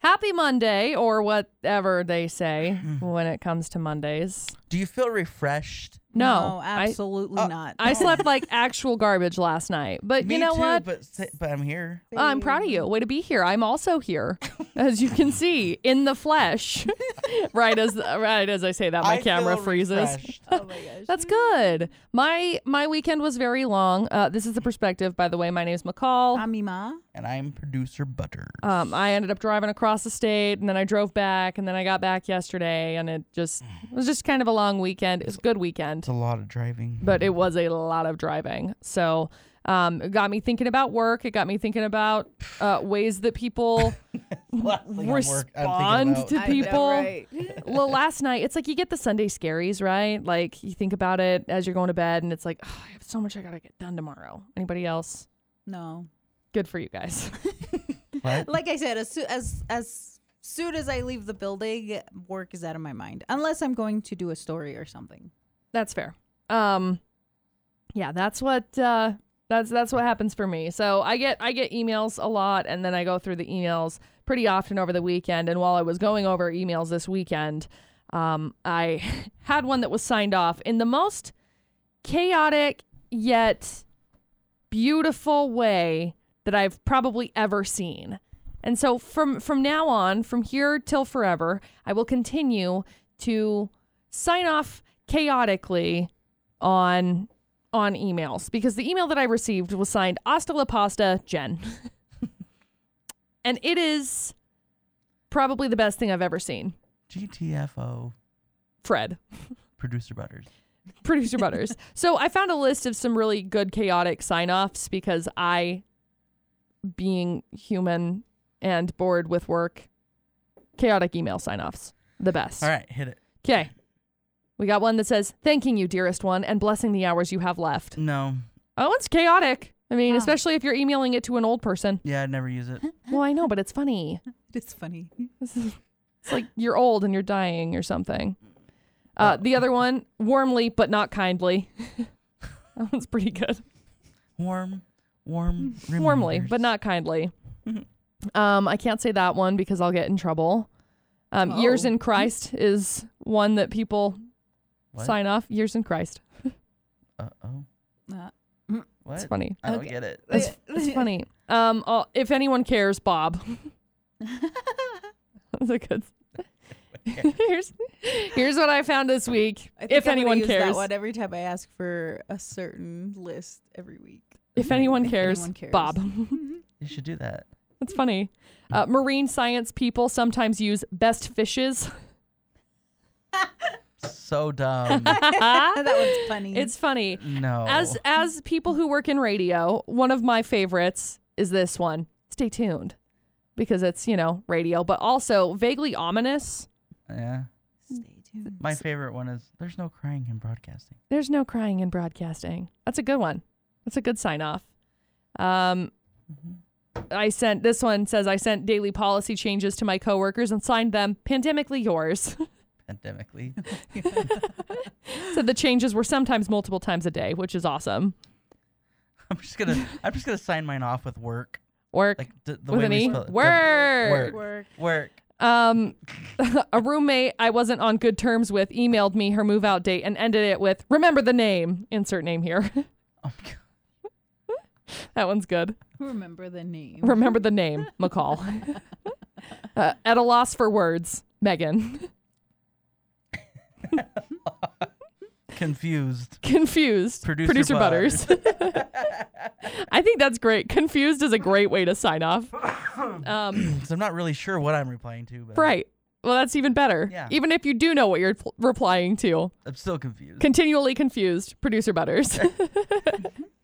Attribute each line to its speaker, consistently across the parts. Speaker 1: Happy Monday, or whatever they say
Speaker 2: Hmm.
Speaker 1: when it comes to Mondays.
Speaker 2: Do you feel refreshed?
Speaker 1: No, I, uh,
Speaker 3: absolutely not.
Speaker 1: I slept like actual garbage last night. But
Speaker 2: Me
Speaker 1: you know
Speaker 2: too,
Speaker 1: what?
Speaker 2: But si- but I'm here.
Speaker 1: I'm proud of you. Way to be here. I'm also here, as you can see in the flesh. right as right as I say that, my
Speaker 2: I
Speaker 1: camera
Speaker 2: feel
Speaker 1: freezes.
Speaker 2: refreshed.
Speaker 3: Oh my gosh.
Speaker 1: That's good. My my weekend was very long. Uh, this is the perspective, by the way. My name's McCall.
Speaker 3: I'm Ima.
Speaker 2: and I'm producer Butter.
Speaker 1: Um, I ended up driving across the state, and then I drove back, and then I got back yesterday, and it just it was just kind of a long weekend. It was a good weekend.
Speaker 2: it's a lot of driving.
Speaker 1: but it was a lot of driving. So um, it got me thinking about work. It got me thinking about uh, ways that people
Speaker 2: Last thing at work I'm
Speaker 1: respond
Speaker 2: thinking about-
Speaker 1: to
Speaker 3: I know,
Speaker 1: people.
Speaker 3: right?
Speaker 1: well, last night, it's like you get the Sunday scaries, right? Like you think about it as you're going to bed, and it's like, "Ugh, I have so much I got to get done tomorrow. Anybody else?
Speaker 3: No.
Speaker 1: Good for you guys.
Speaker 2: What?
Speaker 3: Like I said, as soon as as soon as I leave the building, work is out of my mind. Unless I'm going to do a story or something.
Speaker 1: that's fair. Um, yeah, that's what uh, that's that's what happens for me. So I get I get emails a lot, and then I go through the emails pretty often over the weekend. And while I was going over emails this weekend, um, I had one that was signed off in the most chaotic yet beautiful way that I've probably ever seen. And so from from now on, from here till forever, I will continue to sign off chaotically on on emails because the email that I received was signed Hasta la Pasta Jen. and it is probably the best thing I've ever seen.
Speaker 2: GTFO,
Speaker 1: Fred.
Speaker 2: producer Butters.
Speaker 1: producer butters so i found a list of some really good chaotic sign-offs because i being human and bored with work chaotic email sign-offs the best
Speaker 2: All right, hit it.
Speaker 1: okay we got one that says thanking you dearest one and blessing the hours you have left
Speaker 2: No,
Speaker 1: oh it's chaotic i mean
Speaker 3: Huh.
Speaker 1: especially if you're emailing it to an old person
Speaker 2: yeah, I'd never use it.
Speaker 1: well i know but it's funny
Speaker 3: It's funny.
Speaker 1: This is- it's like you're old and you're dying or something. Uh, the other one, warmly but not kindly. that one's pretty good.
Speaker 2: Warm, warm,
Speaker 1: Warmly
Speaker 2: reminders.
Speaker 1: but not kindly.
Speaker 3: Mm-hmm.
Speaker 1: Um, I can't say that one because I'll get in trouble. Um, Years
Speaker 3: Oh.
Speaker 1: in Christ is one that people
Speaker 2: What?
Speaker 1: sign off. Years in Christ.
Speaker 2: Uh oh.
Speaker 3: Uh,
Speaker 2: What?
Speaker 1: It's funny.
Speaker 2: I don't
Speaker 3: Okay.
Speaker 2: get it.
Speaker 1: It's, it's funny. Um, i if anyone cares, Bob. That's a good. here's here's what I found this week.
Speaker 3: I think
Speaker 1: If
Speaker 3: I'm gonna
Speaker 1: anyone
Speaker 3: use
Speaker 1: cares,
Speaker 3: that one every time I ask for a certain list every week.
Speaker 1: if anyone
Speaker 3: If
Speaker 1: cares,
Speaker 3: anyone cares.
Speaker 1: Bob.
Speaker 2: You should do that.
Speaker 1: That's funny. Uh, marine science people sometimes use best fishes.
Speaker 2: So dumb.
Speaker 3: that one's funny.
Speaker 1: it's funny.
Speaker 2: no.
Speaker 1: As as people who work in radio, one of my favorites is this one. Stay tuned because it's, you know, radio, but also vaguely ominous.
Speaker 2: yeah.
Speaker 3: Stay tuned.
Speaker 2: My favorite one is there's no crying in broadcasting.
Speaker 1: There's no crying in broadcasting. That's a good one. That's a good sign off. Um I sent this one says I sent daily policy changes to my coworkers and signed them pandemically yours.
Speaker 2: Pandemically.
Speaker 1: so the changes were sometimes multiple times a day, which is awesome.
Speaker 2: I'm just gonna I'm just gonna sign mine off with work.
Speaker 1: Work
Speaker 2: Like d- the
Speaker 1: with
Speaker 2: way
Speaker 1: an
Speaker 2: we
Speaker 1: E.
Speaker 2: spell it.
Speaker 1: Work.
Speaker 2: Work. Work.
Speaker 1: Um, a roommate I wasn't on good terms with emailed me her move out date and ended it with "Remember the name." Insert name here.
Speaker 2: Oh my god.
Speaker 1: that one's good.
Speaker 3: Remember the name.
Speaker 1: Remember the name, McCall. uh, at a loss for words, Megan.
Speaker 2: Confused.
Speaker 1: Confused.
Speaker 2: Producer
Speaker 1: Butters. I think that's great. Confused is a great way to sign off. Um,
Speaker 2: 'Cause I'm not really sure what I'm replying to, but I'm-
Speaker 1: right. Well, that's even better.
Speaker 2: Yeah.
Speaker 1: Even if you do know what you're pl- replying to,
Speaker 2: I'm still confused.
Speaker 1: continually confused producer butters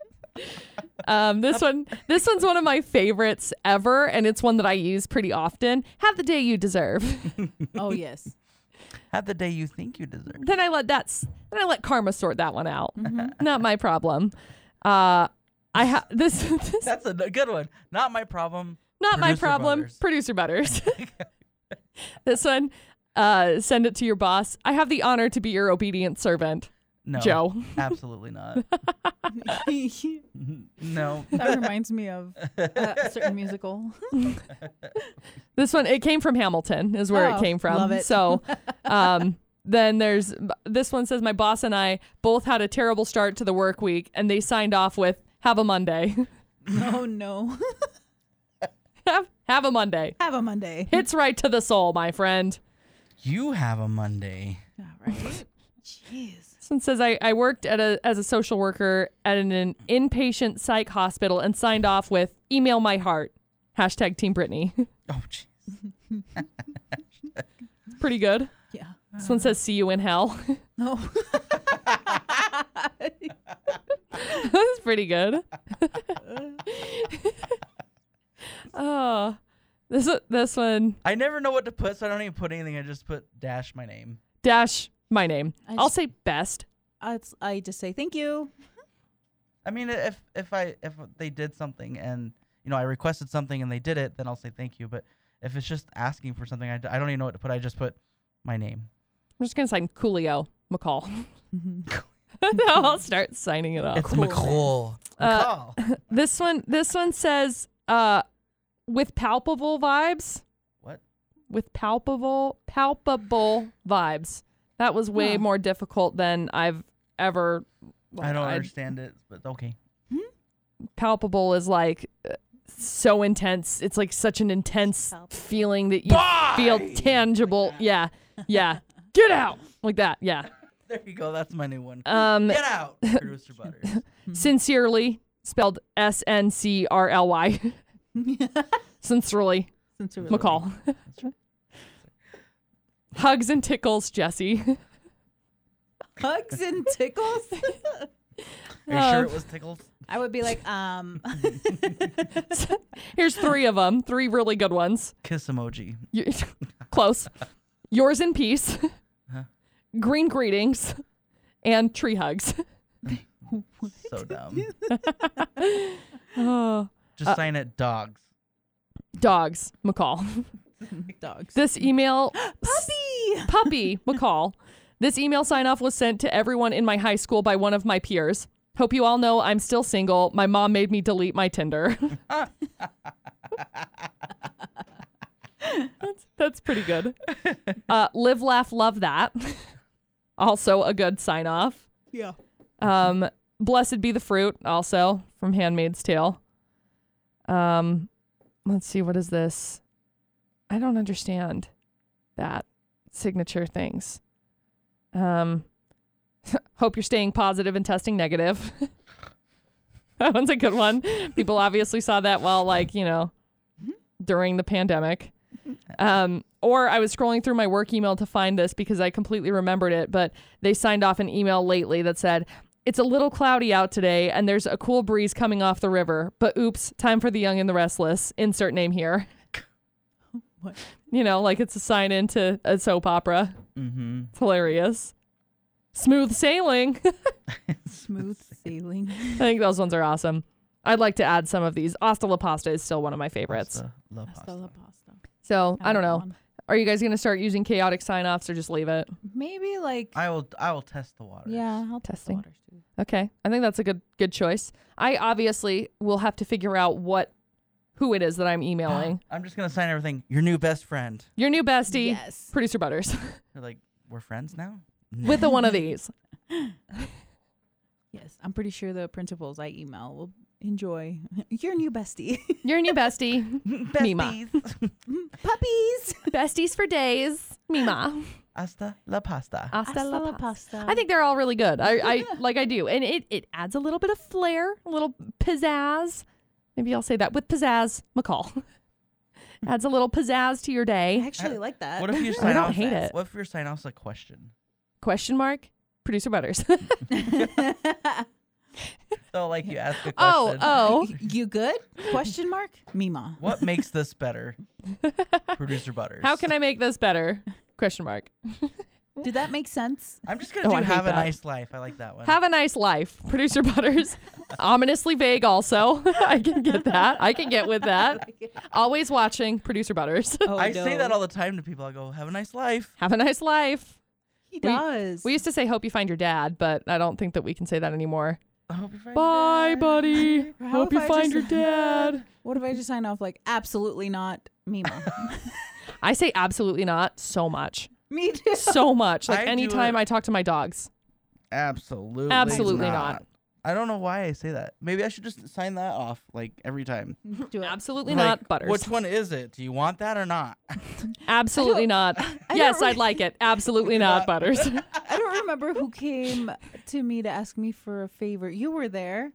Speaker 1: um, this one this one's one of my favorites ever and it's one that i use pretty often have the day you deserve
Speaker 3: Oh yes.
Speaker 2: Have the day you think you deserve.
Speaker 1: then i let that s- then i let karma sort that one out
Speaker 3: Mm-hmm.
Speaker 1: not my problem uh i ha- this, this
Speaker 2: That's a n- good one. Not my problem.
Speaker 1: not my
Speaker 2: Producer
Speaker 1: problem
Speaker 2: Butters.
Speaker 1: producer butters this one uh send it to your boss i have the honor to be your obedient servant
Speaker 2: No.
Speaker 1: Joe.
Speaker 2: Absolutely not.
Speaker 3: that
Speaker 2: no.
Speaker 3: reminds me of uh, a certain musical.
Speaker 1: This one it came from Hamilton is where
Speaker 3: Oh,
Speaker 1: it came from.
Speaker 3: love it.
Speaker 1: So um then there's this one says my boss and I both had a terrible start to the work week and they signed off with have a Monday.
Speaker 3: oh no,
Speaker 1: have have a Monday.
Speaker 3: have a Monday.
Speaker 1: Hits right to the soul, my friend.
Speaker 2: You have a Monday.
Speaker 3: All right. Jeez.
Speaker 1: This one says I, I worked at a as a social worker at an, an inpatient psych hospital and signed off with email my heart. Hashtag Team Brittany.
Speaker 2: Oh, jeez.
Speaker 1: It's pretty good.
Speaker 3: Yeah.
Speaker 1: This one says see you in hell.
Speaker 3: No.
Speaker 1: That's pretty good. oh, this this one
Speaker 2: I never know what to put, so I don't even put anything. I just put dash my name.
Speaker 1: dash my name.
Speaker 3: I
Speaker 1: I'll
Speaker 3: just-
Speaker 1: say best.
Speaker 3: I, I just say thank you.
Speaker 2: I mean, if if I if they did something and you know I requested something and they did it, then I'll say thank you. But if it's just asking for something, I, d- I don't even know what to put. I just put my name.
Speaker 1: I'm just gonna sign Coolio McCall.
Speaker 3: Mm-hmm.
Speaker 1: I'll start signing it off.
Speaker 2: It's McCall.
Speaker 1: Uh,
Speaker 2: McCall.
Speaker 1: This one this one says uh, with palpable vibes.
Speaker 2: what?
Speaker 1: With palpable palpable vibes. That was way
Speaker 3: Huh.
Speaker 1: more difficult than I've ever.
Speaker 2: I don't
Speaker 1: I-
Speaker 2: understand it, but okay.
Speaker 1: palpable is like uh, so intense. It's like such an intense
Speaker 3: Palpable.
Speaker 1: feeling that you feel tangible. yeah. Yeah. Get out. Like that. Yeah.
Speaker 2: There you go. That's my new one.
Speaker 1: Um
Speaker 2: Get out, producer Butters.
Speaker 1: sincerely spelled S N C R L Y. Sincerely
Speaker 3: Sincerely.
Speaker 1: McCall. Hugs and tickles, Jesse.
Speaker 3: Hugs and tickles.
Speaker 2: Are you sure
Speaker 1: Um,
Speaker 2: it was tickles?
Speaker 3: I would be like, um,
Speaker 1: Here's three of them. Three really good ones.
Speaker 2: Kiss emoji.
Speaker 1: You- Close. Yours in peace.
Speaker 2: Huh.
Speaker 1: Green greetings. And tree hugs.
Speaker 2: So dumb.
Speaker 1: Oh.
Speaker 2: Just sign it dogs.
Speaker 1: Dogs, McCall.
Speaker 3: dogs.
Speaker 1: This email
Speaker 3: Puppy.
Speaker 1: puppy McCall. This email sign off was sent to everyone in my high school by one of my peers. Hope you all know I'm still single. My mom made me delete my Tinder. that's, that's pretty good. Uh, live, laugh, love that. Also a good sign off.
Speaker 3: Yeah.
Speaker 1: Um, Blessed be the fruit, also from Handmaid's Tale. Um, let's see, what is this? I don't understand that signature things. Um, hope you're staying positive and testing negative. that one's a good one. People obviously saw that while, like, you know, during the pandemic. Um, or I was scrolling through my work email to find this because I completely remembered it, but they signed off an email lately that said, It's a little cloudy out today and there's a cool breeze coming off the river, but oops, time for the young and the restless. Insert name here.
Speaker 3: What?
Speaker 1: You know, like it's a sign into a soap opera.
Speaker 2: Mm-hmm.
Speaker 1: It's hilarious. Smooth sailing.
Speaker 3: Smooth sailing.
Speaker 1: I think those ones are awesome. I'd like to add some of these. Asta la pasta is still one of my favorites.
Speaker 2: Pasta. Love
Speaker 3: Hasta la
Speaker 2: pasta.
Speaker 3: pasta.
Speaker 1: So I don't
Speaker 3: like that
Speaker 1: know.
Speaker 3: one.
Speaker 1: Are you guys going to start using chaotic sign offs or just leave it?
Speaker 3: Maybe like,
Speaker 2: I will. I will test the waters.
Speaker 3: yeah, I'll
Speaker 1: Testing.
Speaker 3: Waters too.
Speaker 1: Okay. I think that's a good good choice. I obviously will have to figure out what who it is that I'm emailing.
Speaker 2: I'm just gonna sign everything. Your new best friend.
Speaker 1: Your new bestie,
Speaker 3: Yes.
Speaker 1: producer Butters,
Speaker 2: They're like, we're friends now.
Speaker 1: with a one of these.
Speaker 3: Yes. I'm pretty sure the principals I email will enjoy your new bestie.
Speaker 1: Your new bestie. Mima.
Speaker 2: Besties.
Speaker 3: Puppies.
Speaker 1: Besties for days. Mima.
Speaker 2: Hasta la pasta.
Speaker 1: Hasta la pasta.
Speaker 3: pasta.
Speaker 1: I think they're all really good. I, I like I do. And it, it adds a little bit of flair, a little pizzazz. Maybe I'll say that with pizzazz, McCall. adds a little pizzazz to your
Speaker 3: I
Speaker 1: day.
Speaker 3: actually like that.
Speaker 2: What if your
Speaker 1: Uh, I
Speaker 2: sign
Speaker 1: don't
Speaker 2: off?
Speaker 1: hate it.
Speaker 2: What if your sign off's a question?
Speaker 1: Question mark? Producer Butters.
Speaker 2: So like you ask a question.
Speaker 1: oh, oh.
Speaker 3: you good? Question mark? Mima.
Speaker 2: What makes this better? Producer Butters.
Speaker 1: How can I make this better? Question mark.
Speaker 3: Did that make sense?
Speaker 2: I'm just gonna
Speaker 1: Oh,
Speaker 2: do
Speaker 1: I hate
Speaker 2: have a
Speaker 1: that.
Speaker 2: nice life. I like that one.
Speaker 1: Have a nice life, producer Butters. Ominously vague, also. I can get that. I can get with that. Always watching, producer Butters.
Speaker 3: Oh,
Speaker 2: I
Speaker 3: no.
Speaker 2: say that all the time to people. I go, have a nice life.
Speaker 1: Have a nice life.
Speaker 3: He does.
Speaker 1: We used to say hope you find your dad, but I don't think that we can say that anymore.
Speaker 2: I hope you find your
Speaker 1: Bye,
Speaker 2: dad.
Speaker 1: buddy.
Speaker 3: Or how
Speaker 1: hope
Speaker 3: if
Speaker 1: you
Speaker 3: I
Speaker 1: find
Speaker 3: just-
Speaker 1: your dad.
Speaker 3: what if I just sign off like absolutely not, Mima?
Speaker 1: I say absolutely not so much.
Speaker 3: Me too.
Speaker 1: So much. Like
Speaker 2: I do
Speaker 1: anytime
Speaker 2: it-
Speaker 1: I talk to my dogs.
Speaker 2: Absolutely.
Speaker 1: Absolutely not.
Speaker 2: I don't know why I say that. Maybe I should just sign that off like every time.
Speaker 3: Do it.
Speaker 1: Absolutely
Speaker 2: Like,
Speaker 1: not butters.
Speaker 2: Which one is it? Do you want that or not?
Speaker 1: Absolutely not. Yes, I'd like it. Absolutely not butters.
Speaker 3: I don't remember who came to me to ask me for a favor. You were there.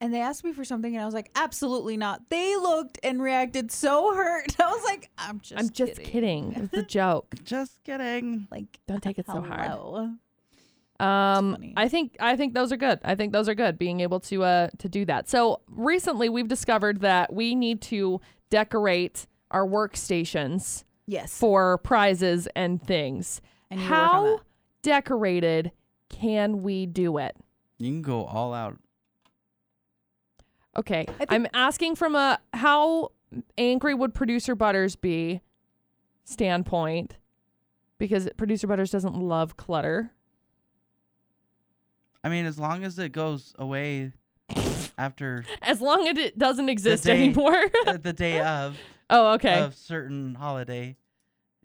Speaker 3: And they asked me for something, and I was like, absolutely not. They looked and reacted so hurt. I was like, I'm just
Speaker 1: I'm just
Speaker 3: kidding.
Speaker 1: kidding. It's a joke.
Speaker 2: Just kidding.
Speaker 3: Like,
Speaker 1: Don't take it so hard.
Speaker 3: hello.
Speaker 1: Um,
Speaker 3: funny.
Speaker 1: I think I think those are good. I think those are good. Being able to uh to do that. So recently we've discovered that we need to decorate our workstations
Speaker 3: Yes.
Speaker 1: for prizes and things.
Speaker 3: I need to work on
Speaker 1: How
Speaker 3: that.
Speaker 1: decorated can we do it?
Speaker 2: You can go all out.
Speaker 1: Okay,
Speaker 3: think-
Speaker 1: I'm asking from a how angry would producer Butters be standpoint because producer Butters doesn't love clutter.
Speaker 2: I mean, as long as it goes away after
Speaker 1: As long as it doesn't exist
Speaker 2: day-
Speaker 1: anymore.
Speaker 2: uh, the day of
Speaker 1: oh, okay.
Speaker 2: of certain holiday.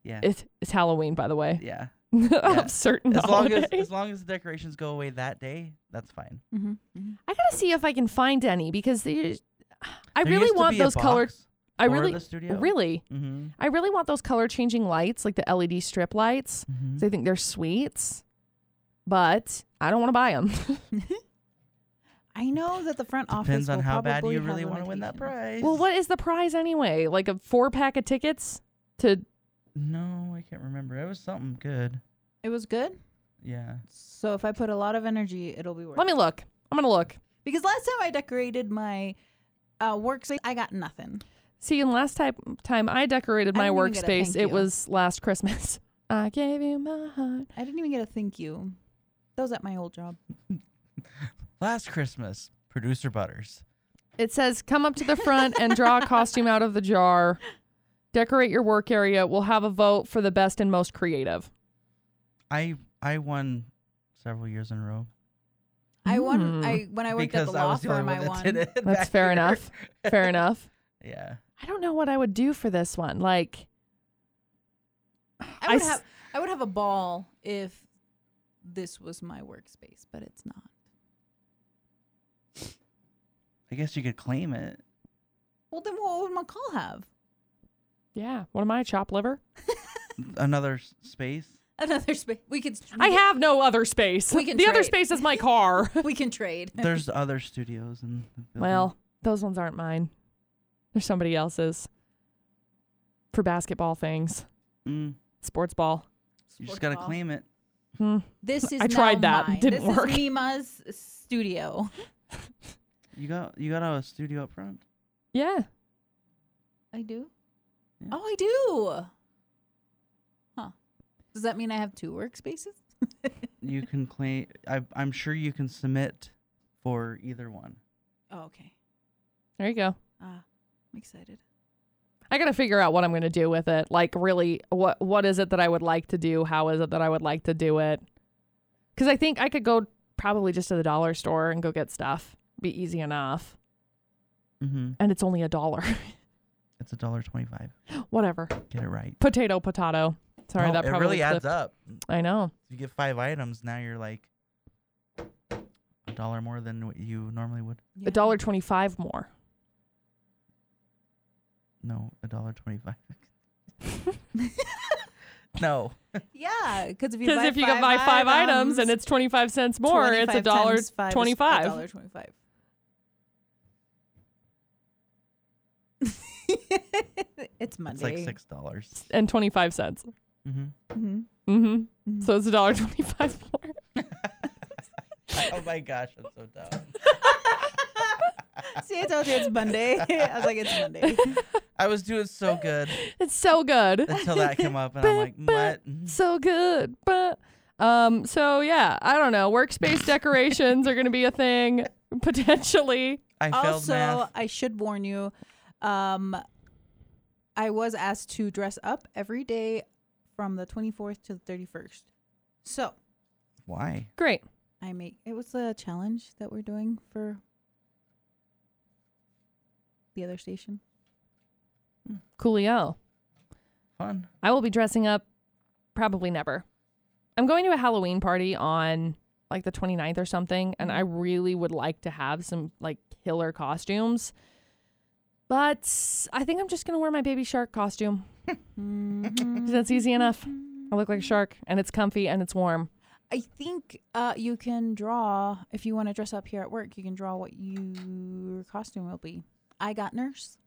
Speaker 2: Yeah.
Speaker 1: It's, it's Halloween, by the way.
Speaker 2: yeah.
Speaker 1: Of certain
Speaker 2: As long as
Speaker 1: holiday.
Speaker 2: as long as the decorations go away that day, that's fine.
Speaker 3: Mhm, mhm.
Speaker 1: I gotta see if I can find any because there's- I
Speaker 2: There
Speaker 1: really
Speaker 2: used to
Speaker 1: want
Speaker 2: be a
Speaker 1: those color.
Speaker 2: box
Speaker 1: I
Speaker 2: for
Speaker 1: really,
Speaker 2: the studio.
Speaker 1: really,
Speaker 2: Mm-hmm.
Speaker 1: I really want those color changing lights, like the LED strip lights.
Speaker 2: mm-hmm.
Speaker 1: They think they're sweets, but I don't want to buy them.
Speaker 3: I know that the front office
Speaker 2: Depends on
Speaker 3: will
Speaker 2: how bad
Speaker 3: probably
Speaker 2: you
Speaker 3: have
Speaker 2: really want to win that
Speaker 3: limitations.
Speaker 2: prize.
Speaker 1: well, what is the prize anyway? Like a four pack of tickets to
Speaker 2: No, I can't remember. It was something good.
Speaker 3: It was good.
Speaker 2: Yeah.
Speaker 3: So if I put a lot of energy, it'll be worth
Speaker 1: Let me look. I'm going to look.
Speaker 3: it. Because last time I decorated my uh, workspace, I got nothing.
Speaker 1: See, and last time time I decorated
Speaker 3: I
Speaker 1: my
Speaker 3: didn't even get a
Speaker 1: workspace,
Speaker 3: thank
Speaker 1: it
Speaker 3: you.
Speaker 1: was last Christmas. I gave you my heart.
Speaker 3: I didn't even get a thank you. That was at my old job.
Speaker 2: Last Christmas, producer Butters.
Speaker 1: It says come up to the front and draw a costume out of the jar. Decorate your work area. We'll have a vote for the best and most creative.
Speaker 2: I I won several years in a row
Speaker 3: I
Speaker 1: Mm.
Speaker 3: won. I when I worked
Speaker 2: because
Speaker 3: at the
Speaker 2: I
Speaker 3: law
Speaker 2: was the only
Speaker 3: firm,
Speaker 2: one
Speaker 3: I
Speaker 2: that
Speaker 3: won.
Speaker 2: did it.
Speaker 1: That's
Speaker 2: back
Speaker 1: fair
Speaker 2: here.
Speaker 1: enough. Fair enough.
Speaker 2: Yeah.
Speaker 1: I don't know what I would do for this one. Like I
Speaker 3: I would
Speaker 1: s-
Speaker 3: have. I would have a ball if this was my workspace, but it's not.
Speaker 2: I guess you could claim it.
Speaker 3: Well, then what would McCall have?
Speaker 1: yeah, what am I, a chop liver?
Speaker 2: Another s- space.
Speaker 3: Another space. We could. We
Speaker 1: I
Speaker 3: could-
Speaker 1: have no other space.
Speaker 3: We can
Speaker 1: the other
Speaker 3: trade.
Speaker 1: space is my car.
Speaker 3: We can trade.
Speaker 2: There's other studios and
Speaker 1: Well, those ones aren't mine. They're somebody else's. For basketball things,
Speaker 2: mm,
Speaker 1: sports ball.
Speaker 2: you
Speaker 3: Sports
Speaker 2: just gotta
Speaker 3: ball.
Speaker 2: claim it.
Speaker 1: Hmm.
Speaker 3: This is.
Speaker 1: I tried
Speaker 3: now
Speaker 1: that.
Speaker 3: Mine.
Speaker 1: Didn't
Speaker 3: this
Speaker 1: work.
Speaker 3: Is Mima's studio.
Speaker 2: You got you got a studio up front.
Speaker 1: Yeah.
Speaker 3: I do.
Speaker 2: Yeah.
Speaker 3: Oh, I do. Huh. Does that mean I have two workspaces?
Speaker 2: You can claim. I, I'm sure you can submit for either one.
Speaker 3: Oh, okay.
Speaker 1: There you go.
Speaker 3: Ah, I'm excited.
Speaker 1: I gotta figure out what I'm gonna do with it. Like, really, what what is it that I would like to do? How is it that I would like to do it? Because I think I could go probably just to the dollar store and go get stuff. Be easy enough,
Speaker 2: Mm-hmm.
Speaker 1: and it's only a dollar.
Speaker 2: It's a dollar twenty-five.
Speaker 1: Whatever.
Speaker 2: Get it right.
Speaker 1: Potato, potato. Sorry,
Speaker 2: No,
Speaker 1: that
Speaker 2: it
Speaker 1: probably
Speaker 2: really adds
Speaker 1: slipped.
Speaker 2: up.
Speaker 1: I know.
Speaker 2: You get five items. Now you're like a dollar more than what you normally would.
Speaker 1: A dollar twenty-five more.
Speaker 2: No, a dollar twenty-five. no.
Speaker 3: Yeah, because if you
Speaker 1: Because
Speaker 3: buy
Speaker 1: if you
Speaker 3: five
Speaker 1: buy five items,
Speaker 3: items
Speaker 1: and it's twenty-five cents more, it's a dollar twenty-five.
Speaker 3: Dollar twenty-five. it's
Speaker 2: It's
Speaker 3: Monday.
Speaker 2: like six dollars.
Speaker 1: and twenty-five cents.
Speaker 2: Mm-hmm.
Speaker 3: Mhm.
Speaker 1: Mm-hmm.
Speaker 3: Mhm.
Speaker 1: So it's a dollar twenty-five more.
Speaker 2: oh my gosh, that's so dumb.
Speaker 3: See, I told you it's Monday. I was like, it's Monday.
Speaker 2: I was doing so good
Speaker 1: It's so good.
Speaker 2: until that came up, and I'm like, what?
Speaker 1: so good but um so yeah i don't know workspace decorations are gonna be a thing potentially
Speaker 2: I failed
Speaker 3: also,
Speaker 2: math.
Speaker 3: I should warn you. Um, I was asked to dress up every day from the twenty-fourth to the thirty-first. So
Speaker 2: Why?
Speaker 1: Great.
Speaker 3: I make it was a challenge that we're doing for the other station.
Speaker 1: Coolio.
Speaker 2: Fun.
Speaker 1: I will be dressing up probably never. I'm going to a Halloween party on like the 29th or something, and I
Speaker 2: Mm-hmm.
Speaker 1: really would like to have some like killer costumes. But I think I'm just going to wear my baby shark costume.
Speaker 3: Mhm.
Speaker 1: That's easy enough. I look like a shark, and it's comfy and it's warm.
Speaker 3: I think uh, you can draw if you want to dress up here at work. You can draw what your costume will be. I got nurse,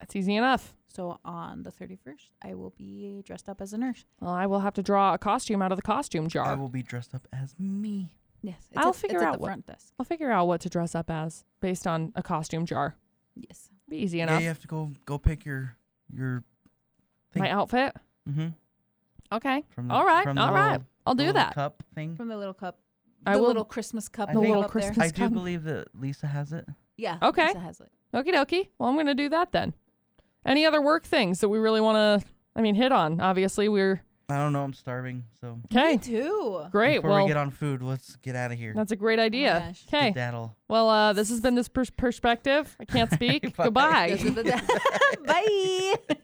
Speaker 1: That's easy enough.
Speaker 3: so on the thirty first, I will be dressed up as a nurse.
Speaker 1: Well, I will have to draw a costume out of the costume
Speaker 2: I
Speaker 1: jar.
Speaker 2: will be dressed up as me.
Speaker 3: Yes, it's
Speaker 1: I'll
Speaker 3: at,
Speaker 1: figure
Speaker 3: it's
Speaker 1: out
Speaker 3: at the
Speaker 1: what-
Speaker 3: front desk.
Speaker 1: I'll figure out what to dress up as based on a costume jar.
Speaker 3: Yes,
Speaker 1: Be easy
Speaker 2: Yeah,
Speaker 1: enough.
Speaker 2: you have to go go pick your your thing.
Speaker 1: My outfit.
Speaker 2: mm-hmm.
Speaker 1: Okay.
Speaker 2: From
Speaker 1: All right.
Speaker 2: from
Speaker 1: All right.
Speaker 2: little-
Speaker 1: I'll
Speaker 2: the
Speaker 1: do
Speaker 2: little
Speaker 1: that.
Speaker 2: Cup thing.
Speaker 3: from the little cup,
Speaker 1: I
Speaker 3: the
Speaker 1: will-
Speaker 3: little Christmas cup,
Speaker 2: I
Speaker 3: the
Speaker 2: think-
Speaker 3: little Christmas.
Speaker 1: Christmas
Speaker 2: I do
Speaker 1: cup.
Speaker 2: believe that Lisa has it.
Speaker 3: Yeah.
Speaker 1: Okay.
Speaker 3: Lisa has it.
Speaker 1: Okie dokie. Well, I'm going to do that then. Any other work things that we really want to, I mean, hit on? Obviously, we're
Speaker 2: I don't know. I'm starving. So
Speaker 3: Me
Speaker 1: okay.
Speaker 3: too.
Speaker 1: Great.
Speaker 2: before
Speaker 1: well,
Speaker 2: we get on food, let's get out of here.
Speaker 1: that's a great idea.
Speaker 3: gosh.
Speaker 1: Okay.
Speaker 2: Daddle.
Speaker 1: Well, uh, this has been this pers- perspective. I can't speak.
Speaker 2: Bye.
Speaker 1: Goodbye.
Speaker 3: Bye.